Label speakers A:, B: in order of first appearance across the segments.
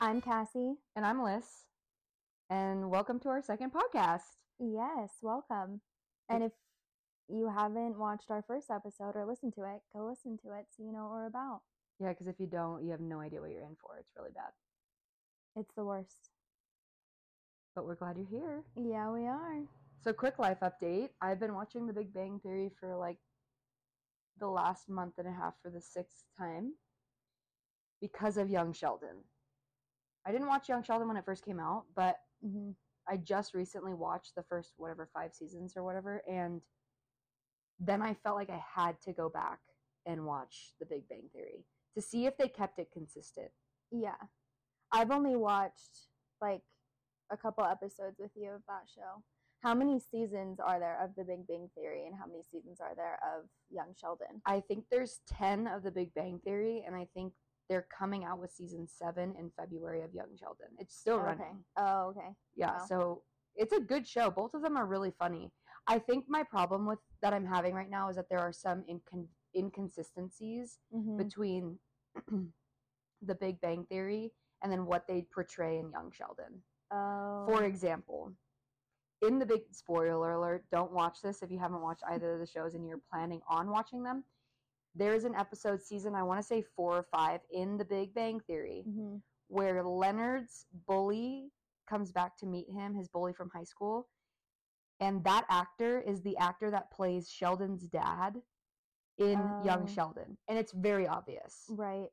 A: I'm Cassie.
B: And I'm Liz. And welcome to our second podcast.
A: Yes, welcome. And if you haven't watched our first episode or listened to it, go listen to it so you know what we're about.
B: Yeah, because if you don't, you have no idea what you're in for. It's really bad.
A: It's the worst.
B: But we're glad you're here.
A: Yeah, we are.
B: So, quick life update I've been watching The Big Bang Theory for like the last month and a half for the sixth time because of Young Sheldon. I didn't watch Young Sheldon when it first came out, but
A: hmm
B: I just recently watched the first whatever five seasons or whatever, and then I felt like I had to go back and watch The Big Bang Theory to see if they kept it consistent.
A: Yeah. I've only watched like a couple episodes with you of that show. How many seasons are there of The Big Bang Theory and how many seasons are there of Young Sheldon?
B: I think there's 10 of The Big Bang Theory, and I think they're coming out with season seven in February of Young Sheldon. It's still running.
A: Okay. Oh, okay.
B: Yeah,
A: Wow.
B: so it's a good show. Both of them are really funny. I think my problem with that I'm having right now is that there are some incon- inconsistencies
A: hmm
B: between the Big Bang Theory and then what they portray in Young Sheldon.
A: oh.
B: For example, in the big spoiler alert, don't watch this if you haven't watched either of the shows and you're planning on watching them. There is an episode season, I want to say four or five, in the Big Bang Theory
A: hmm
B: where Leonard's bully comes back to meet him, his bully from high school. And that actor is the actor that plays Sheldon's dad in
A: Oh.
B: Young Sheldon. And it's very obvious.
A: Right.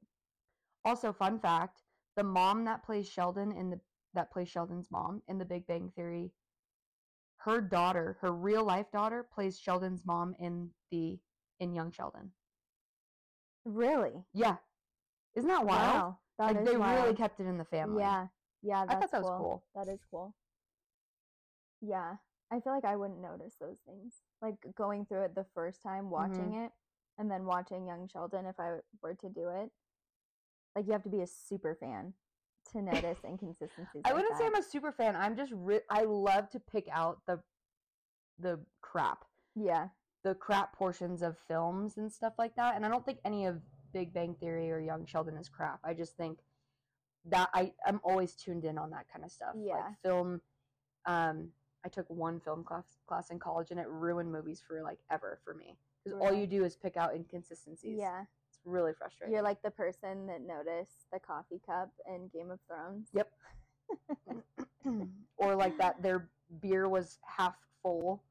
B: Also, fun fact the mom that plays Sheldon in the that plays Sheldon's mom in the Big Bang Theory, her daughter, her real life daughter, plays Sheldon's mom in the in Young Sheldon.
A: Really?
B: Yeah. Isn't that wild?
A: Wow. That
B: like
A: is
B: they
A: wild.
B: really kept it in the family.
A: Yeah. Yeah.
B: I
A: That's
B: thought that was
A: cool.
B: cool.
A: That is cool. Yeah. I feel like I wouldn't notice those things. Like going through it the first
B: Mm-hmm.
A: time, watching it, and then watching Young Sheldon if I w- were to do it. Like you have to be a super fan to notice inconsistencies.
B: I
A: like
B: wouldn't say
A: that.
B: I'm a super fan. I'm just re- I love to pick out the the crap,
A: Yeah.
B: the crap portions of films and stuff like that. And I don't think any of Big Bang Theory or Young Sheldon is crap. I just think that I I'm always tuned in on that kind of stuff.
A: Yeah.
B: Like film um I took one film class class in college and it ruined movies for like ever for me. Cuz all
A: Really?
B: you do is pick out inconsistencies.
A: Yeah.
B: It's really frustrating.
A: You're like the person that noticed the coffee cup in Game of Thrones.
B: Yep. or like that their beer was half full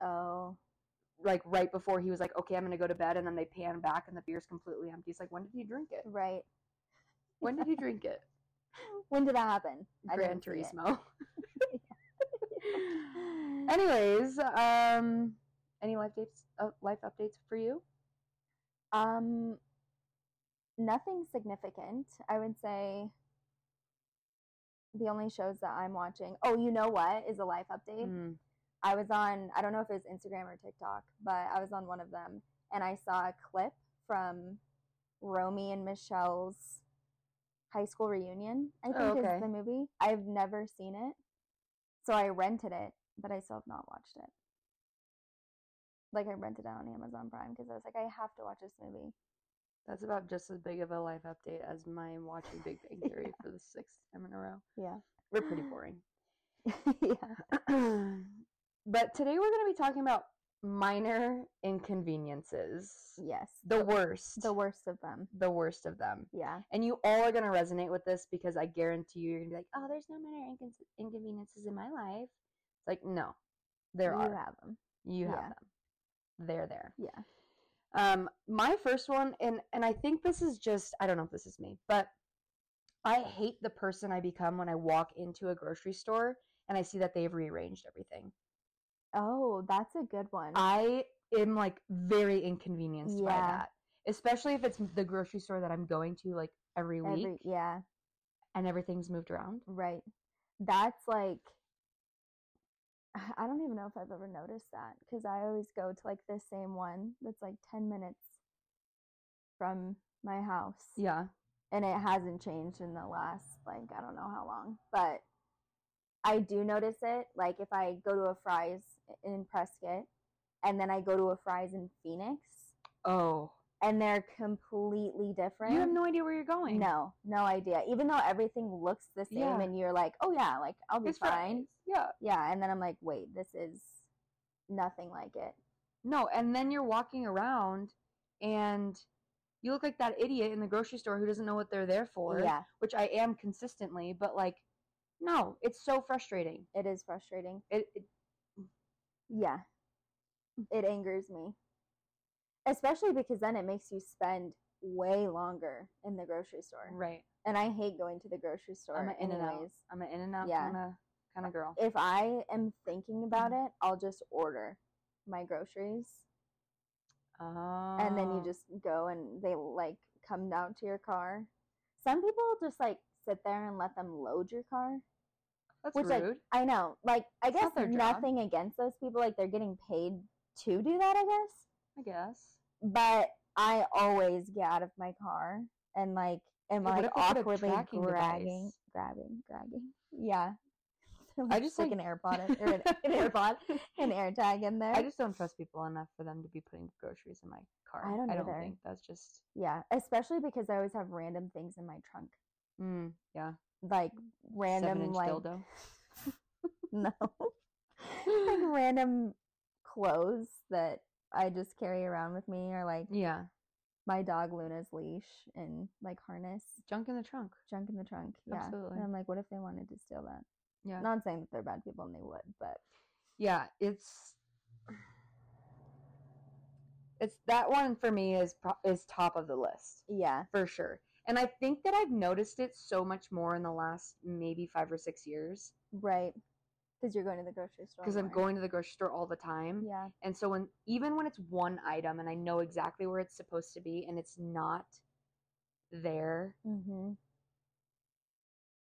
A: Oh.
B: like right before he was like, okay, I'm gonna go to bed, and then they pan back and the beer's completely empty. He's like, when did you drink it?
A: Right.
B: When did you drink it?
A: When did that happen? I
B: Gran
A: didn't see it.
B: Turismo. Anyways, um, any life updates? Uh, life updates for you?
A: Um, nothing significant. I would say the only shows that I'm watching. Oh, you know what is a life update?
B: Mm. Hmm.
A: I was on, I don't know if it was Instagram or TikTok, but I was on one of them and I saw a clip from Romy and Michelle's high school reunion, I think
B: Oh, okay.
A: is the movie. I've never seen it. So I rented it, but I still have not watched it. Like I rented it on Amazon Prime because I was like, I have to watch this movie.
B: That's about just as big of a life update as my watching Big Bang Theory for the sixth time in a row.
A: Yeah.
B: We're pretty boring.
A: yeah.
B: but today we're gonna be talking about minor inconveniences.
A: Yes.
B: The worst.
A: The worst of them.
B: the worst of them.
A: Yeah.
B: And you all are going to resonate with this because I guarantee you, you're going to be like, oh, there's no minor incon- inconveniences in my life. It's like, no, there
A: you
B: are.
A: have them.
B: you have
A: yeah.
B: them. They're there.
A: Yeah.
B: Um, my first one, and, and I think this is just, I don't know if this is me, but I hate the person I become when I walk into a grocery store and I see that they've rearranged everything.
A: Oh, that's a good one.
B: I am like very inconvenienced by
A: Yeah.
B: that, especially if it's the grocery store that I'm going to like every week
A: Every, yeah.
B: and everything's moved around.
A: Right. That's like, I I don't even know if I've ever noticed that because I always go to like the same one that's like 10 minutes from my house.
B: Yeah.
A: And it hasn't changed in the last, like, I don't know how long. But I do notice it. Like, if I go to a Fry's in Prescott and then I go to a Fry's in Phoenix,
B: Oh,
A: and they're completely different.
B: You have no idea where you're going.
A: No, no idea. Even though everything looks the same,
B: Yeah.
A: and you're like, oh yeah, like I'll be
B: It's
A: fine.
B: fine. Yeah.
A: Yeah, and then I'm like, wait, this is nothing like it.
B: No, and then you're walking around and you look like that idiot in the grocery store who doesn't know what they're there for,
A: yeah,
B: which I am consistently, but like, no, it's so frustrating.
A: it is frustrating.
B: It, it
A: Yeah, it angers me, especially because then it makes you spend way longer in the grocery store,
B: right.
A: and I hate going to the grocery store.
B: I'm a in and out.
A: anyways.
B: I'm an in and out
A: Yeah.
B: kind of kind of girl.
A: If I am thinking about
B: Mm-hmm.
A: it, I'll just order my groceries. and then you
B: Oh.
A: just go and they like come down to your car. Some people just like sit there and let them load your car.
B: that's
A: which, like,
B: rude.
A: I know, like I
B: It's
A: guess
B: not their job.
A: nothing against those people. Like they're getting paid to do that, I guess.
B: I guess.
A: But I always get out of my car and like am
B: Yeah, what
A: like
B: if they put a
A: awkwardly
B: tracking
A: grabbing,
B: device?
A: grabbing, grabbing. Yeah. So,
B: I just,
A: stick
B: like-
A: an AirPod or an, an AirPod, an AirTag in there.
B: I just don't trust people enough for them to be putting groceries in my car.
A: I don't
B: I don't
A: either.
B: think that's just
A: yeah, especially because I always have random things in my trunk,
B: mm, yeah.
A: like Hmm. random
B: Seven inch
A: like
B: dildo.
A: No. like random clothes that I just carry around with me or like
B: Yeah.
A: my dog Luna's leash and like harness,
B: Junk in the trunk.
A: junk in the trunk. Yeah.
B: Absolutely.
A: And I'm like, what if they wanted to steal that?
B: Yeah.
A: Not saying that they're bad people and they would, but
B: Yeah, it's it's that one for me is pro- is top of the list
A: yeah.
B: for sure. And I think that I've noticed it so much more in the last maybe 5 or 6 years
A: Right. Because you're going to the grocery store.
B: because I'm
A: more.
B: going to the grocery store all the time.
A: Oh Yeah.
B: And so when even when it's one item and I know exactly where it's supposed to be and it's not there,
A: Mm-hmm.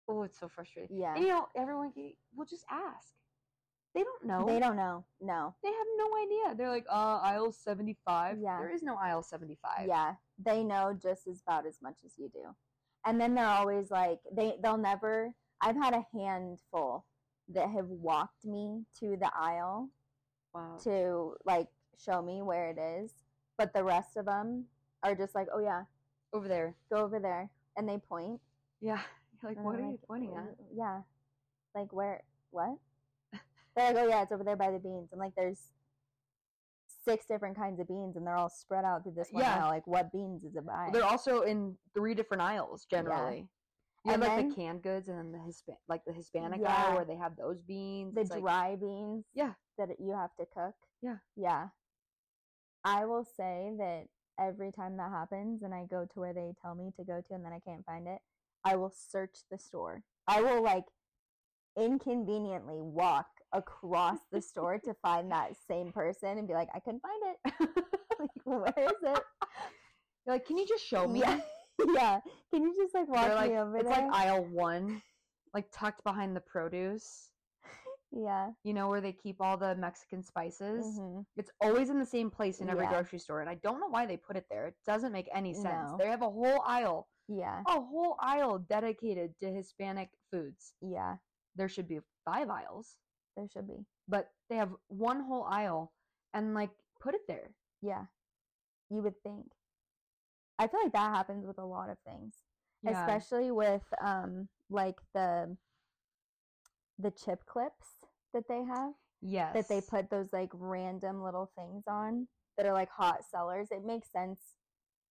B: oh, it's so frustrating.
A: Yeah.
B: And you know, everyone can, will just ask. They don't know.
A: They don't know. No.
B: They have no idea. They're like, uh, aisle 75.
A: Yeah.
B: There is no aisle 75.
A: Yeah, they know just as about as much as you do. And then they're always like they they'll never I've had a handful that have walked me to the aisle
B: Wow.
A: to like show me where it is, but the rest of them are just like, "Oh yeah,
B: Over there.
A: go over there." And they point.
B: Yeah. You're like,
A: and
B: what
A: I'm
B: are you
A: like,
B: pointing
A: "Where-
B: at?
A: Yeah. Like where what? They're like, "Oh yeah, it's over there by the beans." I'm like, "There's six different kinds of beans and they're all spread out through this one
B: Yeah.
A: aisle. Like what beans is it by?"
B: They're also in three different aisles generally. You
A: And
B: have like
A: then-
B: the canned goods and then the Hispan like the Hispanic
A: Yeah.
B: aisle where they have those beans.
A: the
B: It's like-
A: dry beans
B: Yeah.
A: that you have to cook
B: Yeah.
A: yeah i will say that every time that happens and i go to where they tell me to go to and then i can't find it i will search the store i will like inconveniently walk across the store to find that same person and be like i couldn't find it like where is it
B: You're like, can you just show Oh, me?
A: yeah yeah can you just like walk
B: They're like,
A: me over
B: it's
A: there
B: like aisle one, like tucked behind the produce.
A: yeah
B: You know where they keep all the Mexican spices.
A: mhm.
B: It's always in the same place in every
A: Yeah.
B: grocery store, and I don't know why they put it there. It doesn't make any sense.
A: No.
B: They have a whole aisle,
A: yeah
B: a whole aisle dedicated to Hispanic foods.
A: yeah
B: There should be five aisles.
A: there should be
B: but they have one whole aisle and like put it there.
A: Yeah. You would think. I feel like that happens with a lot of things, especially with um like the the chip clips that they have
B: yes.
A: that they put those like random little things on that are like hot sellers. It makes sense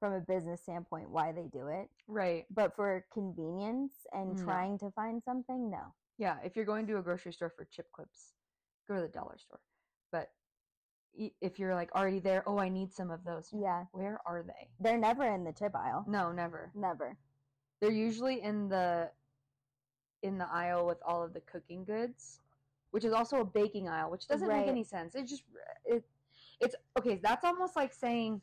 A: from a business standpoint why they do it,
B: right.
A: but for convenience and
B: No.
A: trying to find something, no.
B: Yeah, if you're going to a grocery store for chip clips, go to the dollar store. But i- if you're like already there, oh, I need some of those.
A: Yeah,
B: Where are they?
A: they're never in the chip aisle.
B: No, never.
A: Never.
B: They're usually in the in the aisle with all of the cooking goods, which is also a baking aisle, which doesn't
A: Right.
B: make any sense. It just it it's okay, that's almost like saying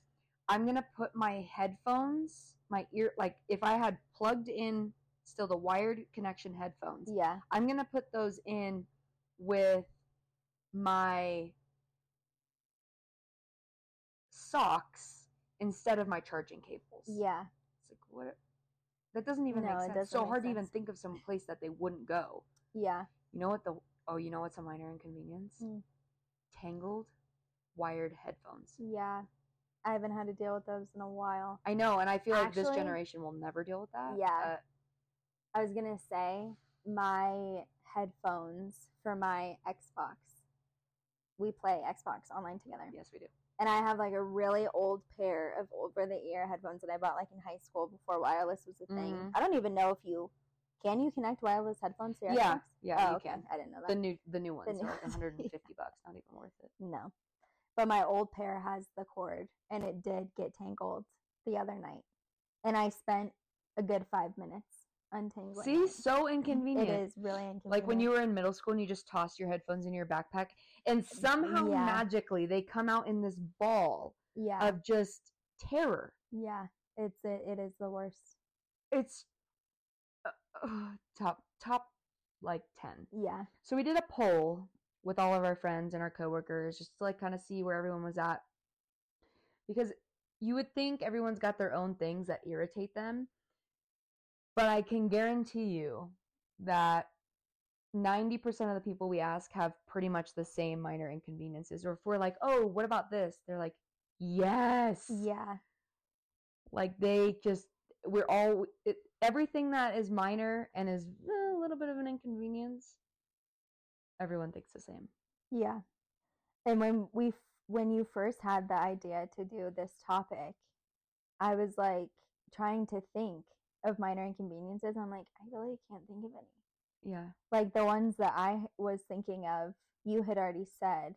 B: I'm going to put my headphones, my ear like if I had plugged in still the wired connection headphones.
A: Yeah,
B: I'm going to put those in with my socks instead of my charging cables.
A: yeah,
B: It's like what? That doesn't even
A: No, it
B: make sense.
A: doesn't
B: It's so
A: make
B: hard to even
A: sense.
B: think of some place that they wouldn't go.
A: yeah.
B: You know what the? Oh, you know what's a
A: Hmm.
B: minor inconvenience?
A: Mm.
B: Tangled, wired headphones.
A: Yeah. I haven't had to deal with those in a while.
B: I know, and I feel like this
A: Actually-
B: generation will never deal with that.
A: Yeah. I was gonna say my headphones for my Xbox. We play Xbox online together.
B: but yes, we do.
A: And I have like a really old pair of over the ear headphones that I bought like in high school before wireless was a thing.
B: Mhm.
A: I don't even know if you can you connect wireless headphones to your
B: Yeah,
A: Xbox?
B: yeah,
A: Oh,
B: you
A: okay.
B: can.
A: I didn't know that.
B: The new the new ones
A: new
B: are like
A: ones,
B: 150 bucks, not even worth it.
A: No. But my old pair has the cord and it did get tangled the other night. And I spent a good five minutes untangling.
B: See,
A: it.
B: so inconvenient.
A: It is really inconvenient.
B: Like when you were in middle school and you just tossed your headphones in your backpack, and somehow
A: yeah.
B: magically they come out in this ball
A: Yeah.
B: of just terror.
A: yeah. It's it, it is the worst.
B: It's uh, uh, top top like ten.
A: Yeah.
B: So we did a poll with all of our friends and our coworkers just to like kind of see where everyone was at. Because you would think everyone's got their own things that irritate them, but I can guarantee you that 90% of the people we ask have pretty much the same minor inconveniences. Or if we're like, "Oh, what about this?" They're like, "Yes."
A: Yeah.
B: Like they just we're all it, everything that is minor and is eh, a little bit of an inconvenience. Everyone thinks the same.
A: Yeah. And when we f- when you first had the idea to do this topic, I was like trying to think of minor inconveniences. I'm like, I really can't think of any.
B: Yeah.
A: like the ones that I was thinking of, you had already said.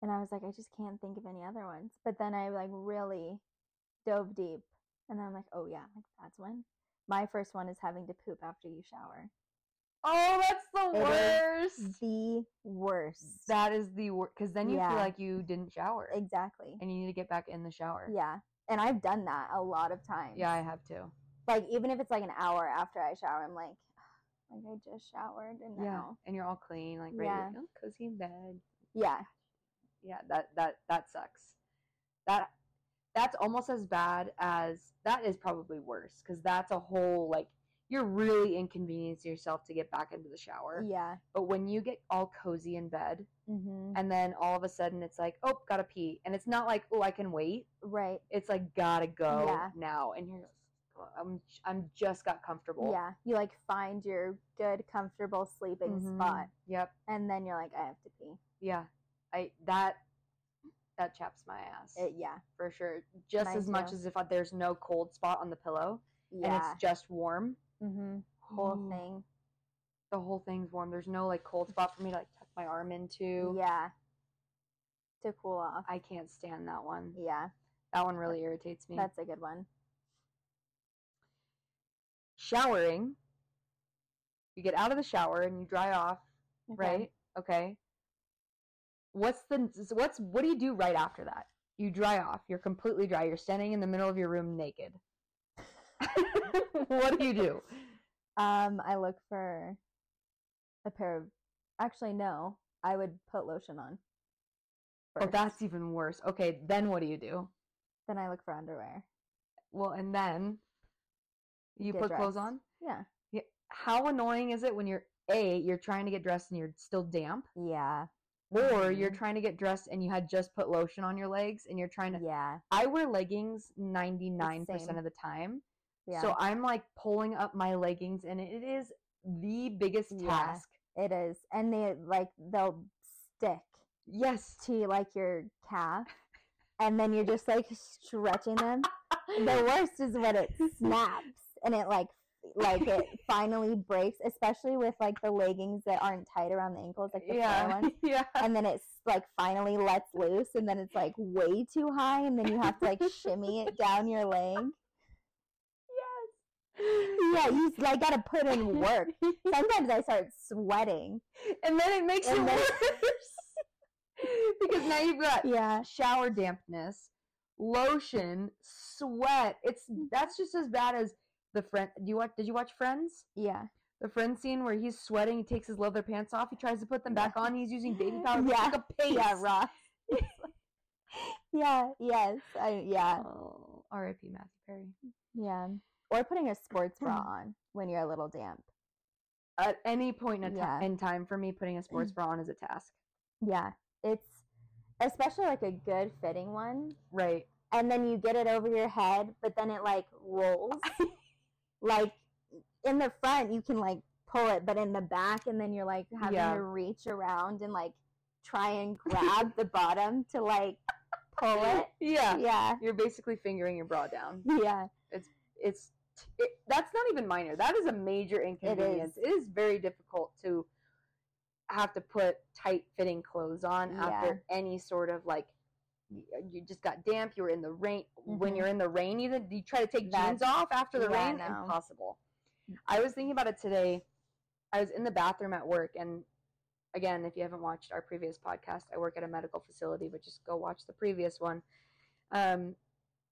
A: And I was like, I just can't think of any other ones. But then I like really dove deep. And I'm like, oh yeah, like that's one. My first one is having to poop after you shower.
B: Oh, that's the
A: It
B: worst.
A: The worst.
B: That is the worst. Because then you
A: Yeah.
B: feel like you didn't shower,
A: exactly.
B: and you need to get back in the shower.
A: Yeah. And I've done that a lot of times.
B: Yeah, I have to.
A: Like even if it's like an hour after I shower, I'm like, like I just showered and
B: Yeah,
A: now.
B: and you're all clean, like ready,
A: Yeah.
B: to oh, cozy in bed.
A: Yeah.
B: Yeah, that that that sucks. That that's almost as bad as that is probably worse because that's a whole like you're really inconveniencing yourself to get back into the shower.
A: Yeah.
B: But when you get all cozy in bed,
A: hmm
B: and then all of a sudden it's like, oh, gotta pee, and it's not like, oh, I can wait.
A: Right.
B: it's like gotta go
A: Yeah.
B: now and you're like, "Oh, i'm i'm just got comfortable
A: Yeah, you like find your good, comfortable sleeping
B: Mhm.
A: spot,
B: yep
A: and then you're like, I have to pee.
B: yeah i that that chaps my ass
A: It, Uh, yeah,
B: for sure just
A: Mine
B: as much
A: too.
B: as if I, there's no cold spot on the pillow and
A: yeah,
B: it's just warm
A: mm-hmm. whole
B: Ooh,
A: thing.
B: the whole thing's warm there's no like cold spot for me to like tuck my arm into
A: Yeah, to cool off.
B: i can't stand that one
A: Yeah,
B: that one really irritates me
A: that's a good one.
B: showering you get out of the shower and you dry off
A: Okay.
B: right? Okay. What's the what's what do you do right after that? You dry off. You're completely dry. You're standing in the middle of your room naked. what do you do?
A: Um, I look for a pair of. Actually, no, I would put lotion on.
B: Oh,
A: first.
B: that's even worse. Okay, then what do you do?
A: Then I look for underwear.
B: Well, and then you
A: Get
B: put clothes
A: dressed.
B: on.
A: Yeah,
B: How annoying is it when you're a you're trying to get dressed and you're still damp,
A: yeah,
B: or you're
A: Mhm.
B: trying to get dressed and you had just put lotion on your legs and you're trying to.
A: yeah,
B: I wear leggings ninety nine percent
A: same.
B: of the time.
A: yeah.
B: So I'm like pulling up my leggings, and it is the biggest
A: Yeah.
B: task.
A: it is, and they like they'll stick.
B: Yes.
A: to like your calf and then you're just like stretching them. The worst is when it snaps and it like like it finally breaks, especially with like the leggings that aren't tight around the ankles, like the flare
B: yeah.
A: ones.
B: Yeah.
A: And then it's like finally lets loose and then it's like way too high and then you have to like shimmy it down your leg. Yeah, you like gotta put in work. Sometimes I start sweating.
B: And then it makes
A: And
B: it
A: then-
B: worse because now you've got
A: Yeah.
B: shower dampness, lotion, sweat. It's
A: Hmm.
B: that's just as bad as the friend. Do you watch? Did you watch Friends?
A: Yeah.
B: The friend scene where he's sweating, he takes his leather pants off, he tries to put them back on, he's using baby powder, yeah.
A: Yeah.
B: like a paste.
A: Yeah, Ross. yeah, yes. I yeah.
B: Oh, R.I.P. Matthew Perry.
A: Yeah. Or putting a sports bra on when you're a little damp.
B: at any point in, a ti-
A: Yeah.
B: in time for me putting a sports bra on is a task
A: Yeah. It's especially like a good fitting one.
B: right
A: and then you get it over your head, but then it like rolls. like in the front, you can like pull it, but in the back, and then you're like having
B: Yeah.
A: to reach around and like try and grab the bottom to like pull it.
B: Yeah.
A: Yeah.
B: You're basically fingering your bra down.
A: Yeah.
B: It's it, that's not even minor. That is a major inconvenience. It is very difficult to have to put tight fitting clothes on after any sort of like y- you just got damp. You were in the rain. When
A: Mhm.
B: you're in the rain, even you try to take jeans
A: That's-
B: off after the
A: yeah,
B: rain.
A: no.
B: Impossible. I was thinking about it today. I was in the bathroom at work, and again, if you haven't watched our previous podcast, I work at a medical facility, but just go watch the previous one. Um,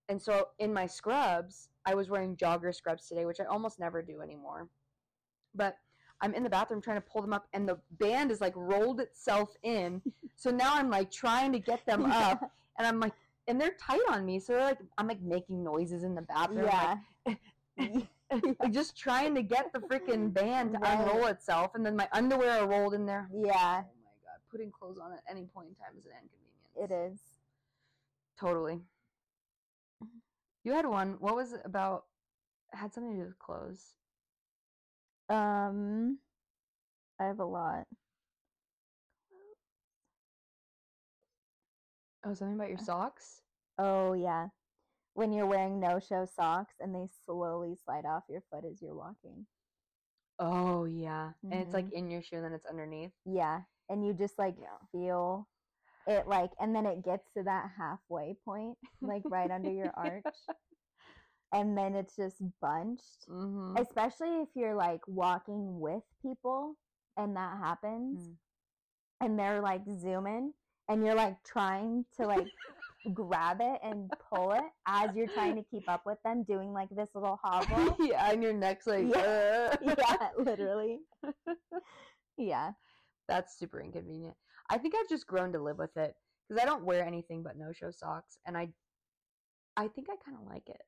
B: and so in my scrubs, I was wearing jogger scrubs today, which I almost never do anymore. But I'm in the bathroom trying to pull them up, and the band is like rolled itself in. so now I'm like trying to get them up, and I'm like, and they're tight on me. So they're like, I'm like making noises in the bathroom. like,
A: Yeah.
B: like just trying to get the freaking band to
A: Right.
B: unroll itself, and then my underwear are rolled in there.
A: Yeah.
B: Oh my god, putting clothes on at any point in time is an
A: It
B: inconvenience.
A: is.
B: totally. You had one. What was it about? Had something to do with clothes.
A: Um, I have a lot.
B: Oh, something about your socks.
A: Oh yeah. When you're wearing no-show socks and they slowly slide off your foot as you're walking.
B: Oh yeah, and it's like in your shoe, and then it's underneath.
A: Yeah. And you just like
B: Yeah.
A: feel it like and then it gets to that halfway point, like right under your arch. And then it's just bunched.
B: Mm-hmm.
A: Especially if you're like walking with people and that happens
B: Mm.
A: and they're like zooming and you're like trying to like grab it and pull it as you're trying to keep up with them doing like this little hobble.
B: yeah, and your neck's like. "Uh."
A: yeah, literally. Yeah.
B: That's super inconvenient. I think I've just grown to live with it because I don't wear anything but no-show socks, and I, I think I kind of like it.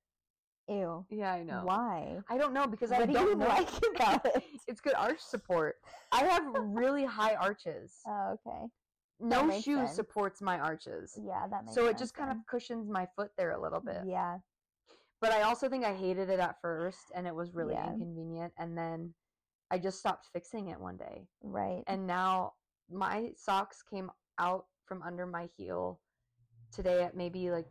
A: Ew.
B: Yeah, I know.
A: Why?
B: I don't know because I
A: What do
B: don't
A: you
B: know.
A: like about it?
B: It's good arch support. I have really high arches.
A: Oh, okay.
B: no
A: makes
B: shoe
A: sense.
B: supports my arches,
A: Yeah, that makes
B: so it
A: sense
B: just kind of
A: then.
B: cushions my foot there a little bit.
A: Yeah.
B: But I also think I hated it at first, and it was really
A: Yeah.
B: inconvenient. And then I just stopped fixing it one day.
A: Right.
B: and now my socks came out from under my heel today at maybe like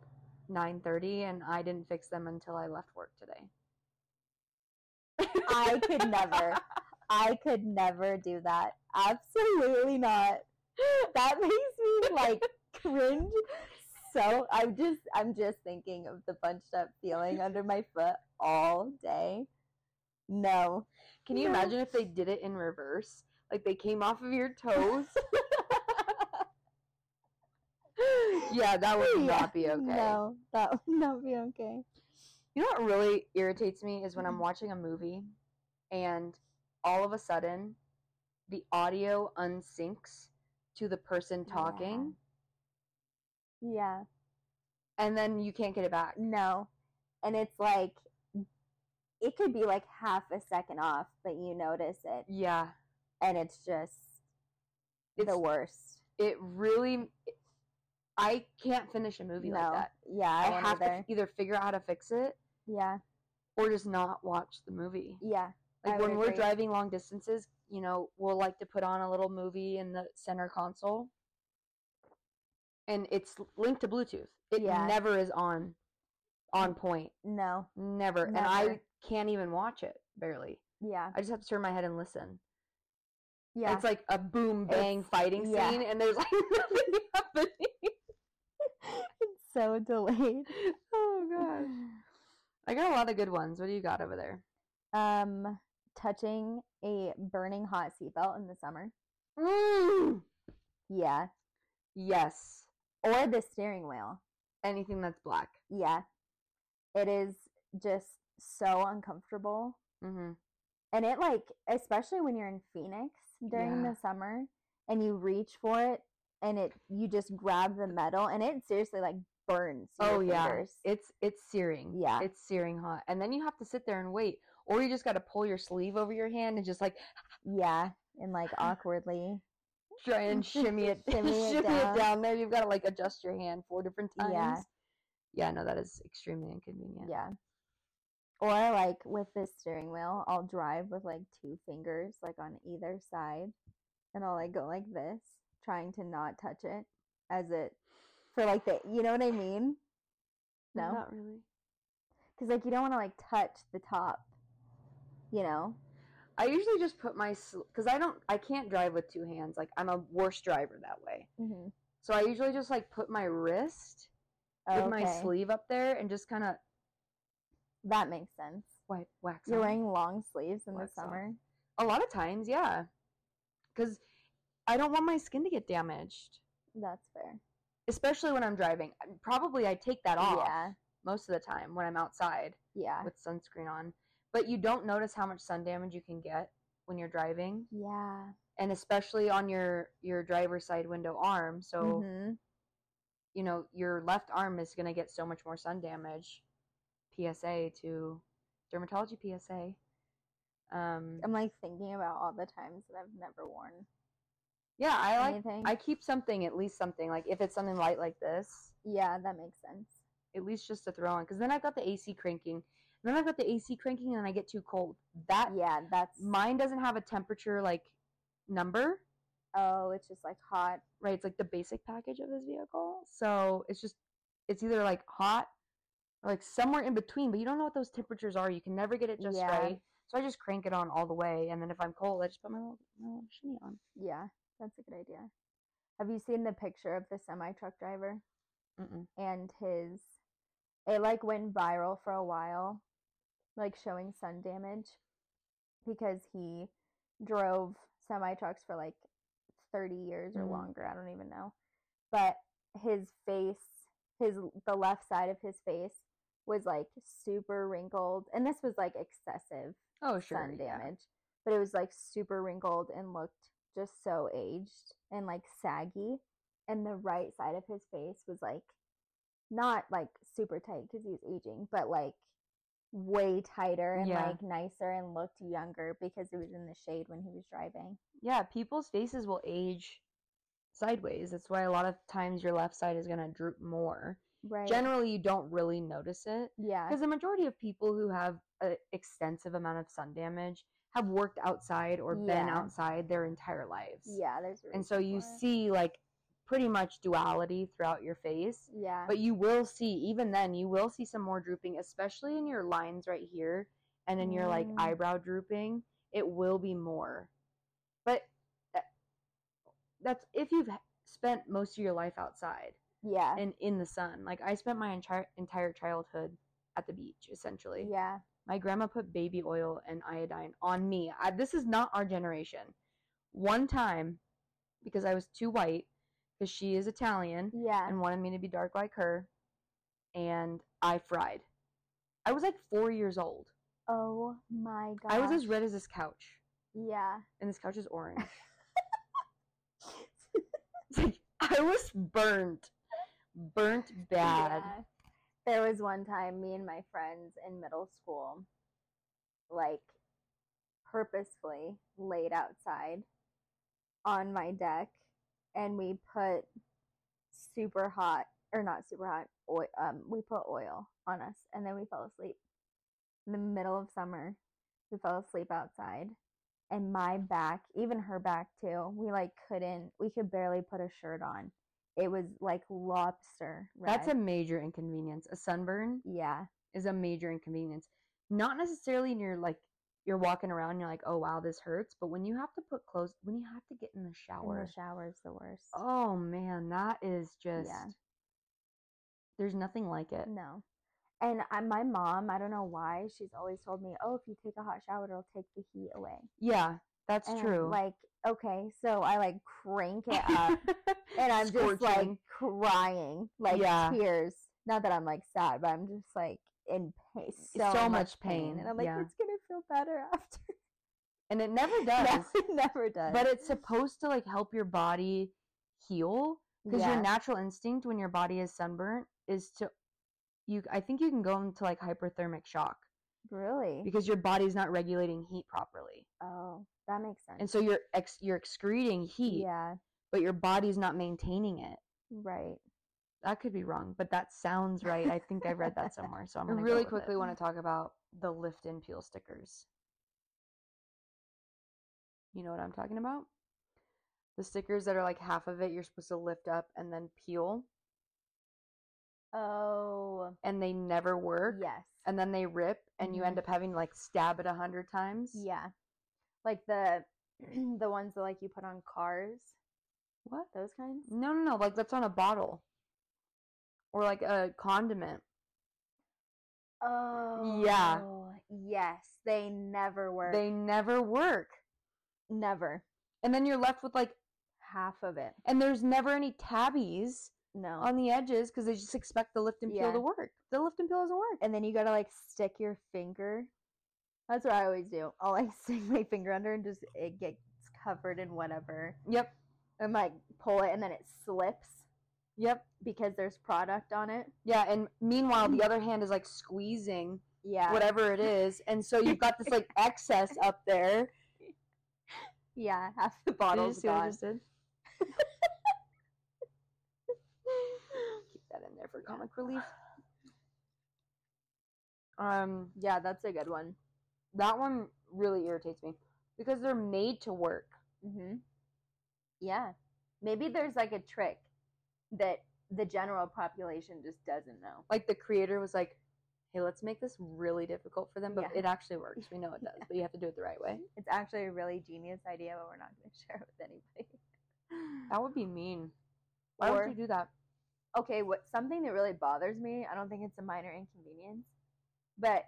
B: 9:30 and I didn't fix them until I left work today.
A: I could never. I could never do that. Absolutely not. That makes me like cringe. So I'm just I'm just thinking of the bunched up feeling under my foot all day. No.
B: Can you
A: No.
B: imagine if they did it in reverse? Like they came off of your toes? yeah, that would
A: Yeah,
B: not be okay.
A: No, that would not be okay.
B: You know what really irritates me is when I'm
A: Mhm.
B: watching a movie and all of a sudden the audio unsyncs to the person
A: Yeah.
B: talking
A: Yeah.
B: and then you can't get it back.
A: No. And it's like it could be like half a second off, but you notice it
B: Yeah.
A: and it's just
B: It's
A: the worst.
B: it really I can't finish a movie like
A: No.
B: that.
A: Yeah, I,
B: I,
A: won't
B: have
A: either.
B: to either figure out how to fix it
A: Yeah.
B: or just not watch the movie.
A: Yeah. I
B: Like
A: would
B: when we're
A: agree.
B: driving long distances, you know, we'll like to put on a little movie in the center console. And it's linked to Bluetooth. It
A: Yeah.
B: never is on on point.
A: No.
B: Never. And I
A: Never.
B: can't even watch it barely.
A: Yeah.
B: I just have to turn my head and listen.
A: Yeah.
B: It's like a boom bang
A: It's-
B: fighting
A: yeah.
B: scene and there's like nothing happening.
A: It's so delayed.
B: Oh gosh. I got a lot of good ones. What do you got over there?
A: Um touching a burning hot seatbelt in the summer. Mm. Yeah.
B: Yes.
A: Or the steering wheel.
B: Anything that's black.
A: Yeah. It is just so uncomfortable.
B: Mm-hmm.
A: And it like, especially when you're in Phoenix during
B: Yeah.
A: the summer and you reach for it and it you just grab the metal and it seriously like burns your
B: Oh yeah.
A: fingers.
B: It's it's searing.
A: Yeah.
B: It's searing hot. And then you have to sit there and wait. Or you just gotta pull your sleeve over your hand and just like
A: Yeah. And like awkwardly.
B: try and shimmy it
A: Shimmy it
B: shimmy it
A: down.
B: down. there. You've gotta like adjust your hand four different times.
A: Yeah.
B: yeah, no, that is extremely inconvenient.
A: Yeah. Or like with this steering wheel, I'll drive with like two fingers like on either side and I'll like go like this, trying to not touch it as it for like the you know what I mean? No.
B: not really.
A: Cuz like you don't want to like touch the top, you know?
B: I usually just put my because I don't, I can't drive with two hands. Like I'm a worse driver that way.
A: Mhm.
B: So I usually just like put my wrist with my
A: Okay.
B: sleeve up there and just kind of
A: That makes sense.
B: wipe wax.
A: You're
B: on.
A: wearing long sleeves in the
B: Wax on.
A: summer.
B: a lot of times, yeah, because I don't want my skin to get damaged,
A: That's fair.
B: especially when I'm driving. Probably I take that off
A: Yeah.
B: most of the time when I'm outside
A: Yeah.
B: with sunscreen on, but you don't notice how much sun damage you can get when you're driving,
A: Yeah.
B: and especially on your your driver's side window arm. So.
A: Mhm.
B: you know, your left arm is going to get so much more sun damage. PSA to dermatology PSA. Um,
A: I'm like thinking about all the times that I've never worn
B: yeah, I like.
A: anything.
B: I keep something, at least something. Like if it's something light like this,
A: yeah, that makes sense.
B: at least just to throw on. Because then I've got the AC cranking. then I've got the AC cranking, and I get too cold. That
A: Yeah, that's
B: mine doesn't have a temperature like number,
A: oh, it's just like hot.
B: right? It's like the basic package of this vehicle. So it's just it's either like hot or like somewhere in between, but you don't know what those temperatures are. You can never get it just
A: Yeah.
B: right. So I just crank it on all the way, and then if I'm cold, I just put my little, my little shimmy on.
A: Yeah, that's a good idea. Have you seen the picture of the semi truck driver
B: Mm-mm.
A: and his? It like went viral for a while, like showing sun damage because he drove semi trucks for like 30 years or
B: Mhm.
A: longer. I don't even know. But his face, his the left side of his face was like super wrinkled and this was like excessive
B: Oh sure,
A: sun
B: yeah.
A: damage. But it was like super wrinkled and looked just so aged and like saggy. And the right side of his face was like not like super tight because he was aging, but like way tighter and
B: Yeah.
A: like nicer and looked younger because it was in the shade when he was driving.
B: Yeah, people's faces will age sideways. That's why a lot of times your left side is gonna droop more.
A: Right.
B: Generally, you don't really notice it
A: yeah.
B: because the majority of people who have an extensive amount of sun damage have worked outside or been
A: Yeah.
B: outside their entire lives.
A: Yeah. There's a
B: And so
A: reason
B: you
A: for it.
B: see like pretty much duality throughout your face.
A: Yeah.
B: But you will see, even then, you will see some more drooping, especially in your lines right here and in your like
A: Mm.
B: eyebrow drooping. It will be more. But that- that's if you've h- spent most of your life outside
A: yeah.
B: and in the sun. Like I spent my entire entire childhood at the beach essentially.
A: Yeah.
B: My grandma put baby oil and iodine on me. I, this is not our generation. One time, because I was too white, because she is Italian
A: Yeah.
B: and wanted me to be dark like her, and I fried. I was like four years old.
A: Oh my god.
B: I was as red as this couch,
A: Yeah.
B: and this couch is orange. It's like, I was burnt, burnt bad.
A: Yeah. There was one time me and my friends in middle school, like, purposefully laid outside on my deck, and we put super hot or not super hot oil. Um, we put oil on us, and then we fell asleep in the middle of summer. We fell asleep outside, and my back, even her back too. We like couldn't. We could barely put a shirt on. It was like lobster.
B: That's
A: red.
B: a major inconvenience. A sunburn
A: Yeah.
B: is a major inconvenience. Not necessarily in your like you're walking around and you're like, oh wow, this hurts. But when you have to put clothes when you have to get in the
A: And
B: shower.
A: the shower's the worst.
B: oh man, that is just there's nothing like it.
A: No. And I, my mom, I don't know why, she's always told me, oh, if you take a hot shower, it'll take the heat away.
B: Yeah, that's
A: And I'm
B: true.
A: like, okay. So I like crank it up and I'm just like
B: Scorching.
A: crying, like
B: Yeah.
A: tears. Not that I'm like sad, but I'm just like in pain. So,
B: so
A: much
B: much
A: pain.
B: pain,
A: And I'm like,
B: yeah.
A: it's going to feel better after.
B: and it never does.
A: No, it never does.
B: but it's supposed to like help your body heal because
A: yeah.
B: your natural instinct when your body is sunburnt is to you I think you can go into like hyperthermic shock
A: really?
B: because your body's not regulating heat properly.
A: oh, that makes sense.
B: and so you're ex- you're excreting heat
A: yeah.
B: but your body's not maintaining it
A: Right.
B: That could be wrong, but that sounds right. I think I read that somewhere, so I'm
A: I
B: gonna go
A: really
B: with it.
A: quickly wanna
B: talk about the lift and peel stickers. You know what I'm talking about? The stickers that are like half of it you're supposed to lift up and then peel,
A: Oh,
B: and they never work.
A: yes.
B: And then they rip, and you end
A: Mhm.
B: up having to like stab it a hundred times.
A: Yeah. Like the the ones that like you put on cars,
B: What?
A: those kinds.
B: No, no, no. Like that's on a bottle, or like a condiment.
A: Oh. Yes, they never work.
B: Mm. They never work.
A: never
B: And then you're left with like,
A: half of it.
B: and there's never any tabbies
A: No.
B: on the edges because they just expect the lift and peel
A: Yeah.
B: to work. The lift and peel doesn't work.
A: and then you gotta like stick your finger. That's what I always do. I'll like stick my finger under and just it gets covered in whatever.
B: Yep,
A: And like pull it and then it slips
B: yep,
A: because there's product on it.
B: yeah. And meanwhile, the other hand is like squeezing
A: Yeah.
B: whatever it is, and so you've got this like excess up there.
A: Yeah, half the
B: Did you
A: bottle's
B: see what I
A: gone.
B: just did? Keep that in there for comic relief. Um,
A: Yeah, that's a good one.
B: that one really irritates me because they're made to work.
A: Mm-hmm. Yeah. Maybe there's like a trick that the general population just doesn't know.
B: Like the creator was like, "Hey, let's make this really difficult for them, but
A: Yeah.
B: it actually works. We know it does, but you have to do it the right way."
A: It's actually a really genius idea, but we're not going to share it with anybody.
B: That would be mean. Why
A: Or-
B: would you do that?
A: okay, what something that really bothers me, I don't think it's a minor inconvenience, but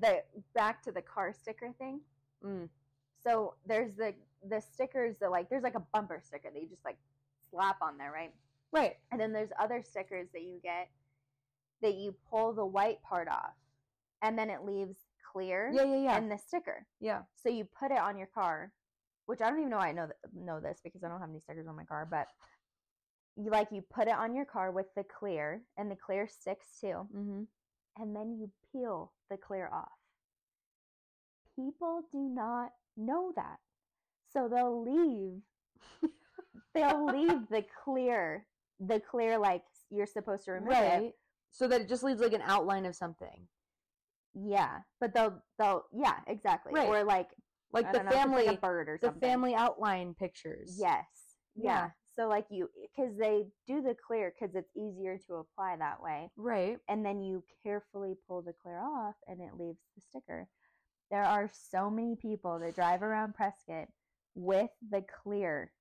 A: the back to the car sticker thing.
B: Mm.
A: So there's the the stickers that like there's like a bumper sticker that you just like slap on there, right?
B: Right.
A: And then there's other stickers that you get that you pull the white part off and then it leaves clear
B: Yeah, yeah, yeah,
A: and the sticker.
B: yeah.
A: So you put it on your car, which I don't even know why I know th- know this because I don't have any stickers on my car, but you like you put it on your car with the clear and the clear sticks too,
B: Mm-hmm.
A: and then you peel the clear off. People do not know that. So they'll leave they'll leave the clear the clear like you're supposed to remove it
B: Right. So that it just leaves like an outline of something.
A: Yeah, but they'll they'll yeah exactly
B: Right.
A: or like
B: Like
A: I
B: the
A: don't know, if it's like
B: family
A: a bird or
B: the
A: something.
B: family outline pictures.
A: Yes. Yeah.
B: Yeah.
A: So like you because they do the clear because it's easier to apply that way,
B: Right.
A: and then you carefully pull the clear off and it leaves the sticker. There are so many people that drive around Prescott with the clear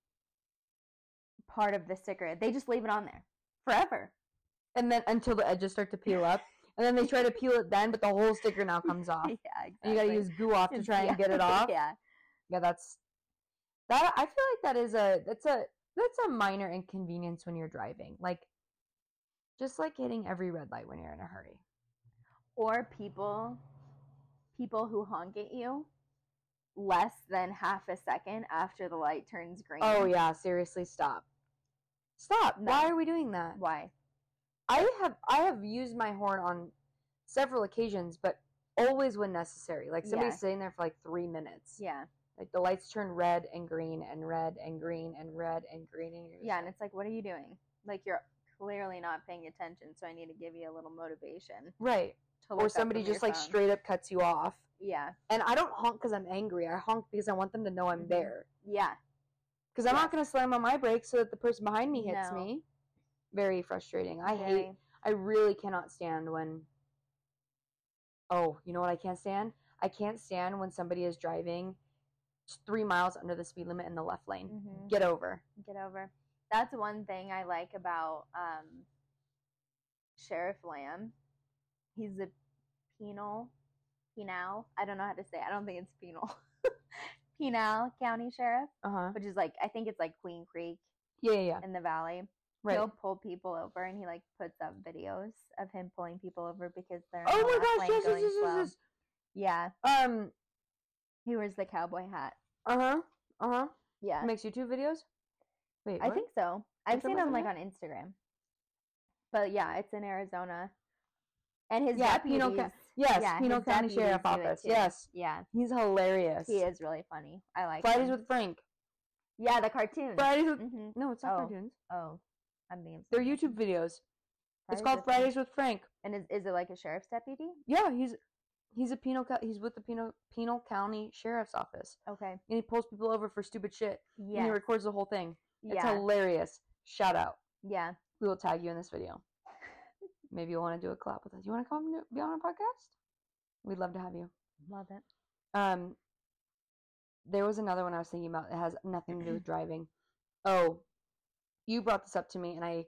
A: part of the sticker. They just leave it on there forever.
B: And then until the edges start to peel up. and then they try to peel it then, but the whole sticker now comes off.
A: yeah, exactly.
B: And you gotta use goo off to
A: It's-
B: try and get it off.
A: yeah.
B: Yeah, that's that I feel like that is a that's a that's a minor inconvenience when you're driving. Like just like hitting every red light when you're in a hurry.
A: or people people who honk at you less than half a second after the light turns green.
B: Oh yeah, seriously, stop. Stop. Why
A: No.
B: are we doing that?
A: Why?
B: I have I have used my horn on several occasions, but always when necessary. Like somebody's
A: Yeah.
B: sitting there for like three minutes.
A: Yeah.
B: Like the lights turn red and green and red and green and red and green and you're just
A: Yeah,
B: like,
A: and it's like what are you doing? Like you're clearly not paying attention, so I need to give you a little motivation
B: right.
A: to look
B: Or
A: up
B: somebody
A: from your
B: just like
A: phone.
B: straight up cuts you off.
A: Yeah.
B: And I don't honk because I'm angry. I honk because I want them to know I'm
A: Mhm.
B: there.
A: Yeah.
B: Because I'm
A: Yeah.
B: not gonna slam on my brakes so that the person behind me hits
A: No.
B: me. Very frustrating. I hate
A: very-
B: I really cannot stand when. Oh, you know what I can't stand? I can't stand when somebody is driving s- three miles under the speed limit in the left lane.
A: Mhm.
B: Get over.
A: get over. That's one thing I like about um Sheriff Lamb. He's a penal penal. I don't know how to say. It. I don't think it's penal. penal County Sheriff,
B: Uh huh.
A: which is like I think it's like Queen Creek
B: Yeah, yeah, yeah.
A: in the valley.
B: Right.
A: He'll pull people over and he like puts up videos of him pulling people over because they're in
B: Oh
A: the
B: my
A: left
B: gosh!
A: lane
B: Yes, yes,
A: going
B: yes,
A: slow.
B: yes,
A: Yeah.
B: yes. Um.
A: He wears the cowboy hat.
B: Uh huh. Uh huh.
A: Yeah.
B: Makes YouTube videos. Wait.
A: I
B: what?
A: think so. I've
B: Which one
A: seen
B: was
A: him
B: it
A: like on Instagram. But yeah, it's in Arizona. And his
B: Yeah,
A: deputies.
B: Pinal Ca- Yes.
A: yeah,
B: Pinal
A: his
B: County
A: deputies
B: Sheriff
A: do it
B: Office.
A: too.
B: Yes.
A: yeah,
B: He's hilarious.
A: he is really funny. I like
B: Fridays
A: him.
B: with Frank.
A: Yeah, the cartoon.
B: Fridays with.
A: hmm
B: No, it's not
A: Oh.
B: cartoons.
A: Oh, I'm being
B: They're YouTube videos. It's called Fridays with Frank.
A: And is, is it like a sheriff's deputy?
B: Yeah, he's he's a penal co- he's with the penal penal county sheriff's office,
A: Okay.
B: and he pulls people over for stupid shit. And he
A: Yeah.
B: records the whole thing. It's
A: Yeah.
B: hilarious. Shout out.
A: Yeah.
B: We will tag you in this video. Maybe you'll want to do a collab with us. You want to come do- be on our podcast? We'd love to have you.
A: Love it.
B: Um, there was another one I was thinking about that has nothing to do with driving. Oh, you brought this up to me, and I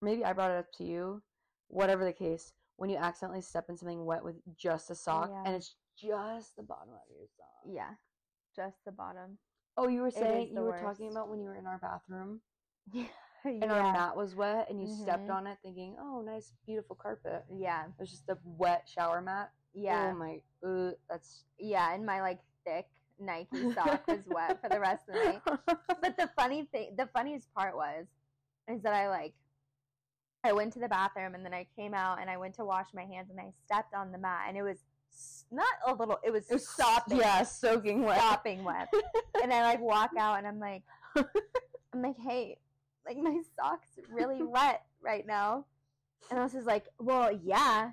B: maybe I brought it up to you. Whatever the case, when you accidentally step in something wet with just a sock,
A: yeah.
B: and it's just the bottom of your sock.
A: Yeah. Just the bottom.
B: Oh, you were
A: is
B: saying
A: the
B: you were talking
A: worst.
B: about when you were in our bathroom
A: yeah.
B: and our mat was wet, and you stepped
A: Mhm.
B: on it, thinking, "Oh, nice, beautiful carpet." It
A: Yeah.
B: was just a wet shower mat.
A: Yeah.
B: Oh my, uh, that's
A: Yeah. And my like thick Nike sock was wet for the rest of the night. But the funny thing, the funniest part was, is that I like, I went to the bathroom and then I came out and I went to wash my hands and I stepped on the mat and it was s- not a little, it was,
B: It was
A: sopping,
B: Yeah, soaking wet.
A: sopping wet. and I like walk out and I'm like, I'm like, hey, like my socks really wet right now. And Elsa's like, well, yeah.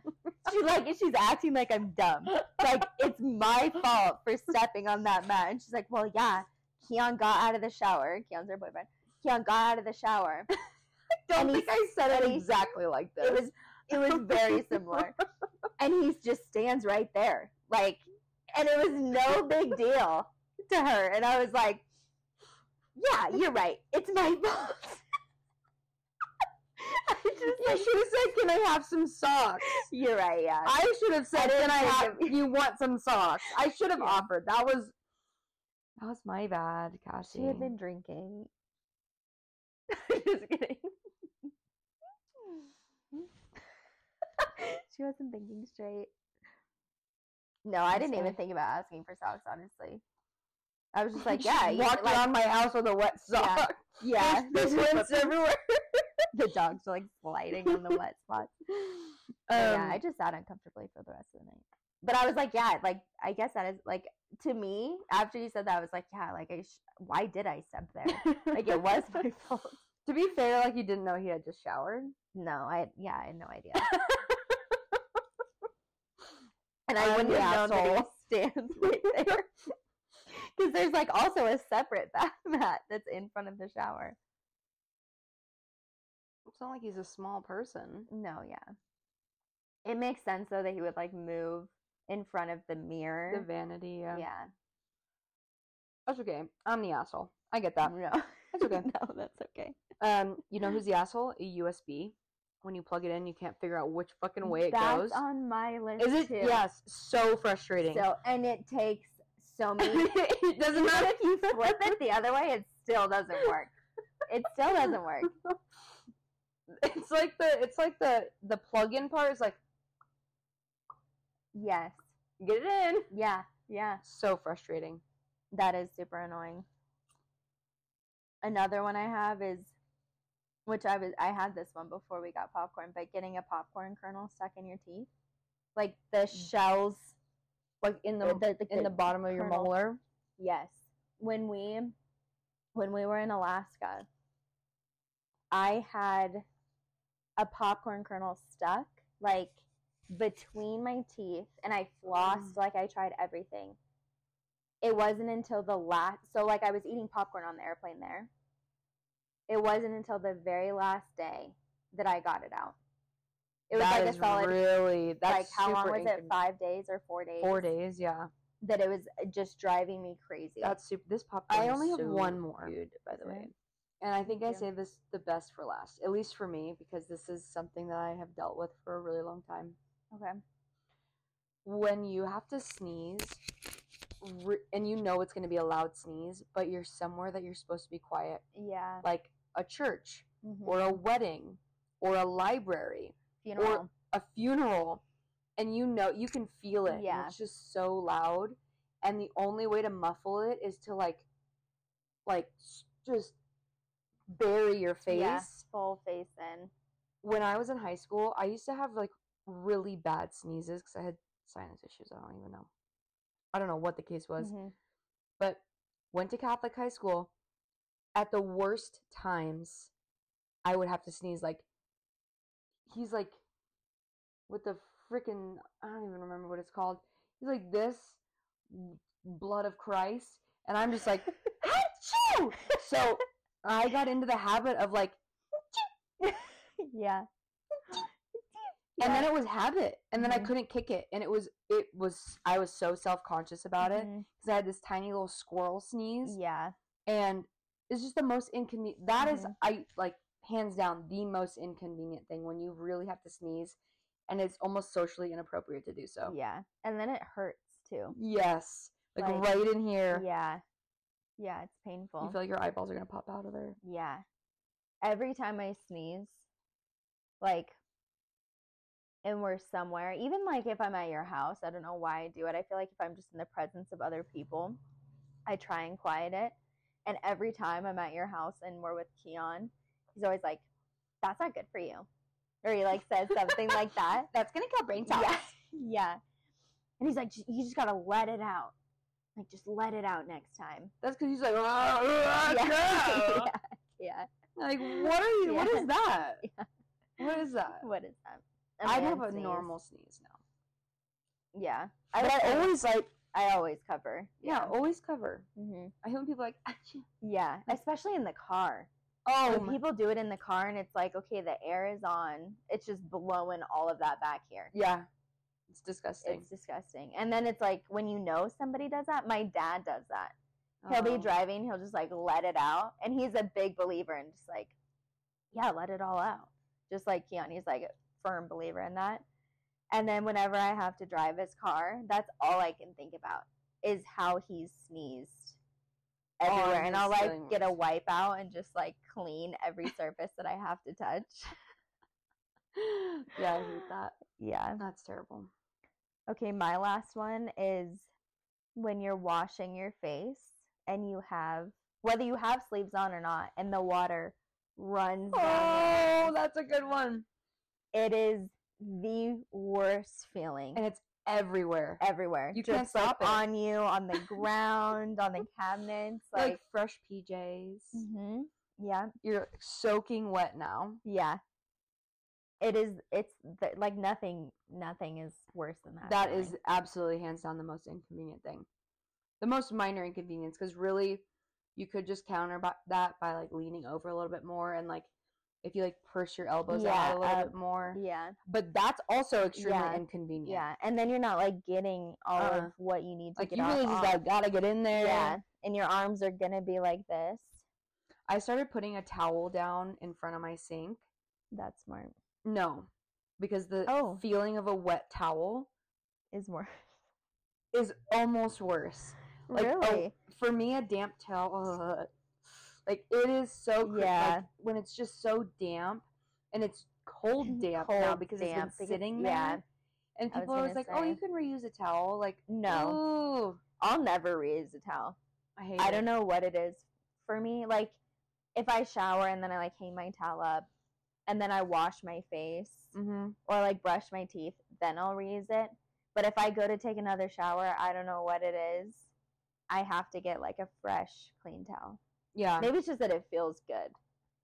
A: She like she's acting like I'm dumb. Like it's my fault for stepping on that mat. And she's like, well, yeah. Keon got out of the shower. Keon's her boyfriend. Keon got out of the shower.
B: Don't
A: and he
B: think I said it
A: and he-
B: exactly like this.
A: It was it was very similar. And he just stands right there, like, and it was no big deal to her. And I was like, yeah, you're right. It's my fault. I just
B: I
A: like,
B: should have said, "Can I have some socks?"
A: you're right. Yeah.
B: I should have said,
A: didn't
B: "Can I
A: think
B: have?
A: of-
B: You want some socks?" I should have
A: Yeah.
B: offered. That was that was my bad, Cassie.
A: She had been drinking. Just kidding. she wasn't thinking straight. No, I
B: I'm
A: didn't even
B: sorry.
A: think about asking for socks, honestly. I was just like,
B: She
A: yeah, you
B: walked
A: like,
B: around my house with a wet
A: Yeah.
B: sock. Oh,
A: yeah.
B: there's rinse everywhere.
A: the dogs were like sliding on the wet spots. But yeah, I
B: Um,
A: just sat uncomfortably for the rest of the night. But I was like, yeah, like I guess that is like to me. After you said that, I was like, yeah, like I sh- why did I step there? Like it was my fault.
B: to be fair, like you didn't know he had just showered.
A: No, I yeah, I had no idea. and I
B: I'm
A: wouldn't
B: the
A: have known that
B: asshole.
A: it stands right there. Because there's like also a separate bath mat that's in front of the shower.
B: It's not like he's a small person.
A: No, yeah. It makes sense though that he would like move in front of the mirror.
B: The vanity. Yeah.
A: yeah.
B: That's okay. I'm the asshole. I get that.
A: No.
B: That's okay.
A: no, that's okay.
B: Um, you know who's the asshole? A USB. When you plug it in, you can't figure out which fucking way it
A: That's
B: goes.
A: on my list.
B: Is it?
A: too.
B: Yes. So frustrating.
A: So and it takes so many
B: it doesn't
A: even
B: matter.
A: if you flip it the other way, it still doesn't work. It still doesn't work.
B: It's like the it's like the the plug-in part is like
A: Yes.
B: get it in.
A: Yeah. Yeah.
B: So frustrating.
A: That is super annoying. Another one I have is which I was I had this one before we got popcorn, but getting a popcorn kernel stuck in your teeth. Like the shells
B: Like in Mm. the, in the bottom of your
A: kernel.
B: molar.
A: Yes. When we when we were in Alaska, I had a popcorn kernel stuck like between my teeth and I
B: Mm.
A: flossed like I tried everything. It wasn't until the last so like I was eating popcorn on the airplane there. It wasn't until the very last day that I got it out. It was
B: That
A: like
B: is
A: a solid
B: really that's
A: like how long
B: super
A: was it?
B: incon-
A: 5 days or 4 days?
B: Four days. Yeah.
A: That it was just driving me crazy.
B: That's super. This pop.
A: I only have one
B: more. Good, by the
A: Isn't
B: way. And I think I
A: Thank you.
B: save this the best for last, at least for me, because this is something that I have dealt with for a really long time.
A: okay.
B: When you have to sneeze, re- and you know it's going to be a loud sneeze, but you're somewhere that you're supposed to be quiet,
A: Yeah.
B: like a church
A: Mhm.
B: or a wedding or a library,
A: Funeral.
B: a funeral, and you know you can feel it. and
A: Yeah.
B: it's just so loud, and the only way to muffle it is to like, like s- just bury your face.
A: Yeah. full face in.
B: When I was in high school, I used to have like really bad sneezes because I had sinus issues. I don't even know. I don't know what the case was,
A: Mhm.
B: but went to Catholic high school at the worst times. I would have to sneeze like he's like with the freaking I don't even remember what it's called. He's like this blood of Christ and I'm just like Achoo! So I got into the habit of like
A: yeah.
B: and then it was habit and then
A: Mhm.
B: I couldn't kick it and it was it was I was so self-conscious about it
A: Mhm.
B: cuz I had this tiny little squirrel sneeze
A: Yeah.
B: and it's just the most inconvenient that is
A: Mhm.
B: i like hands down the most inconvenient thing when you really have to sneeze and it's almost socially inappropriate to do so
A: Yeah. And then it hurts too.
B: yes like,
A: Like,
B: right in here
A: Yeah. Yeah, it's painful.
B: you feel like your eyeballs are gonna pop out of there
A: Yeah. Every time I sneeze, like, and we're somewhere, even like if I'm at your house, I don't know why I do it. I feel like if I'm just in the presence of other people, I try and quiet it. And every time I'm at your house and we're with Keon, he's always like, that's not good for you. Or he like says something like that.
B: that's gonna kill brain cells
A: Yeah. Yeah. And he's like, "Just- you just gotta let it out. Like, just let it out next time.
B: that's because he's like "Ah, ah,
A: yeah.
B: ah."
A: yeah.
B: like what are you what
A: Yeah.
B: is that what is that
A: What is that?
B: i'd have
A: man
B: a
A: sneeze.
B: normal sneeze now
A: Yeah.
B: I, but I always like
A: I always cover.
B: yeah, always cover
A: hmm
B: i hate when people are like "Achoo."
A: Yeah. Especially in the car.
B: oh
A: when
B: my-
A: people do it in the car and it's like, okay, the air is on. It's just blowing all of that back here.
B: yeah it's disgusting
A: It's disgusting. And then it's like when you know somebody does that, my dad does that. He'll be
B: Oh.
A: driving, he'll just like let it out. And he's a big believer in just like, yeah, let it all out. Just like Keon, he's like a firm believer in that. And then whenever I have to drive his car, that's all I can think about is how he's sneezed everywhere.
B: On
A: and I'll
B: his
A: like
B: steering
A: get a
B: wheels.
A: wipe out and just like clean every surface that I have to touch.
B: yeah, I hate that.
A: Yeah.
B: That's terrible.
A: Okay, my last one is when you're washing your face and you have, whether you have sleeves on or not, and the water runs down.
B: Oh, that's a good one.
A: your- It is the worst feeling
B: And it's everywhere.
A: everywhere.
B: You can't
A: Just, like,
B: stop it.
A: on you, on the ground, on the cabinets,
B: Like,
A: like,
B: fresh PJs.
A: hmm yeah,
B: You're soaking wet now.
A: yeah. It is. It's th- like nothing. Nothing is worse than that.
B: That is
A: feeling.
B: absolutely hands down the most inconvenient thing. The most minor inconvenience because really you could just counter by, that by like leaning over a little bit more and like if you like purse your elbows
A: Yeah,
B: out a little
A: up.
B: bit more.
A: Yeah.
B: But that's also extremely
A: Yeah.
B: inconvenient.
A: Yeah, and then you're not like getting all
B: Uh-uh.
A: of what you need to
B: Like
A: get
B: you really
A: off.
B: just gotta, gotta get in there.
A: yeah, and your arms are gonna be like this.
B: I started putting a towel down in front of my sink
A: That's smart.
B: No, because the
A: Oh.
B: feeling of a wet towel
A: Is more
B: is almost worse. Like, oh,
A: really
B: For me, a damp towel, ugh. like it is so cr-
A: Yeah.
B: like, when it's just so damp and it's cold damp now
A: Mm-hmm. Cold
B: because
A: damp
B: it's been
A: because-
B: sitting there.
A: yeah.
B: And
A: I was
B: people are always
A: gonna
B: like, "Oh, you
A: say.
B: can reuse a towel." Like,
A: No.
B: ooh,
A: I'll never reuse a towel.
B: I hate.
A: I
B: it.
A: don't know what it is for me. Like if I shower and then I like hang my towel up, and then I wash my face
B: Mhm.
A: or like brush my teeth, then I'll reuse it. But if I go to take another shower, I don't know what it is. I have to get like a fresh, clean towel.
B: Yeah,
A: Maybe it's just that it feels good.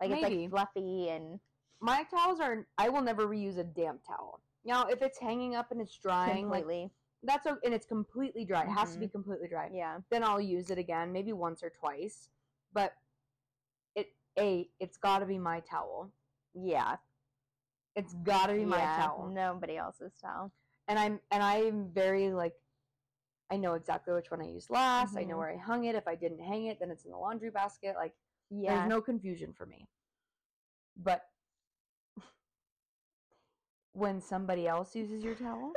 A: Like
B: Maybe.
A: it's like fluffy and
B: my towels are. I will never reuse a damp towel. Now, if it's hanging up and it's drying, like
A: completely.
B: that's o and it's completely dry. It has to
A: Mhm.
B: be completely dry.
A: yeah.
B: then I'll use it again, maybe once or twice. But it a it's got to be my towel.
A: Yeah.
B: It's got to be my
A: yeah. Mm-hmm.
B: towel.
A: Nobody else's towel.
B: And I'm and I'm very like I know exactly which one I used last. I know
A: Mhm.
B: where I hung it. If I didn't hang it, then it's in the laundry basket. Like
A: Yeah.
B: there's no confusion for me. But when somebody else uses your towel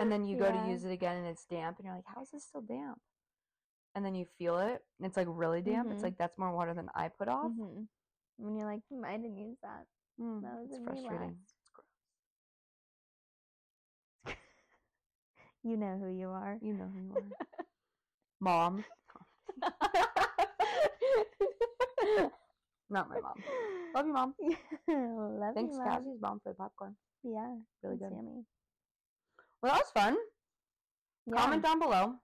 B: and then you go
A: Yeah.
B: to use it again and it's damp and you're like how is this still damp and then you feel it and it's like really damp
A: Mhm.
B: it's like that's more water than i put off
A: Mhm. When you're like, hmm, I didn't use that.
B: Mm,
A: That was
B: it's
A: in me
B: frustrating
A: last. You know who you are.
B: you know who you are mom not my mom love you mom
A: Love
B: thanks
A: you, Mom.
B: cassie's mom for the popcorn
A: Yeah.
B: really
A: that's
B: good
A: Yummy.
B: well that was fun
A: Yeah.
B: comment down below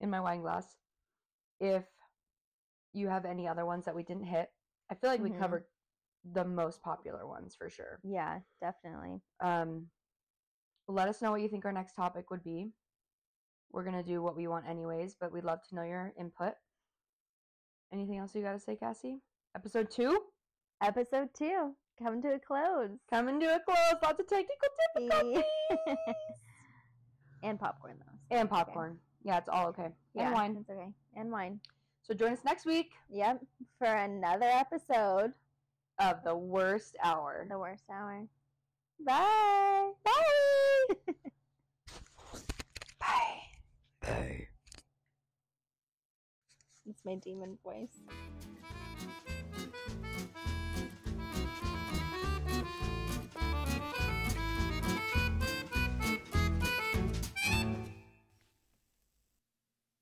B: in my wine glass if you have any other ones that we didn't hit? I feel like we
A: Mhm.
B: covered the most popular ones for sure.
A: Yeah, definitely.
B: Um, let us know what you think our next topic would be. We're gonna do what we want anyways, but we'd love to know your input. Anything else you gotta say, Cassie? Episode two
A: Episode two, coming to a close.
B: coming to a close. Lots of technical difficulties
A: and popcorn, though.
B: and popcorn. Yeah, it's all okay.
A: Yeah,
B: And wine.
A: It's okay. And wine.
B: So join us next week
A: Yep. For another episode,
B: of the worst hour.
A: The Worst Hour. Bye. Bye.
B: Bye. Bye.
A: it's my demon voice.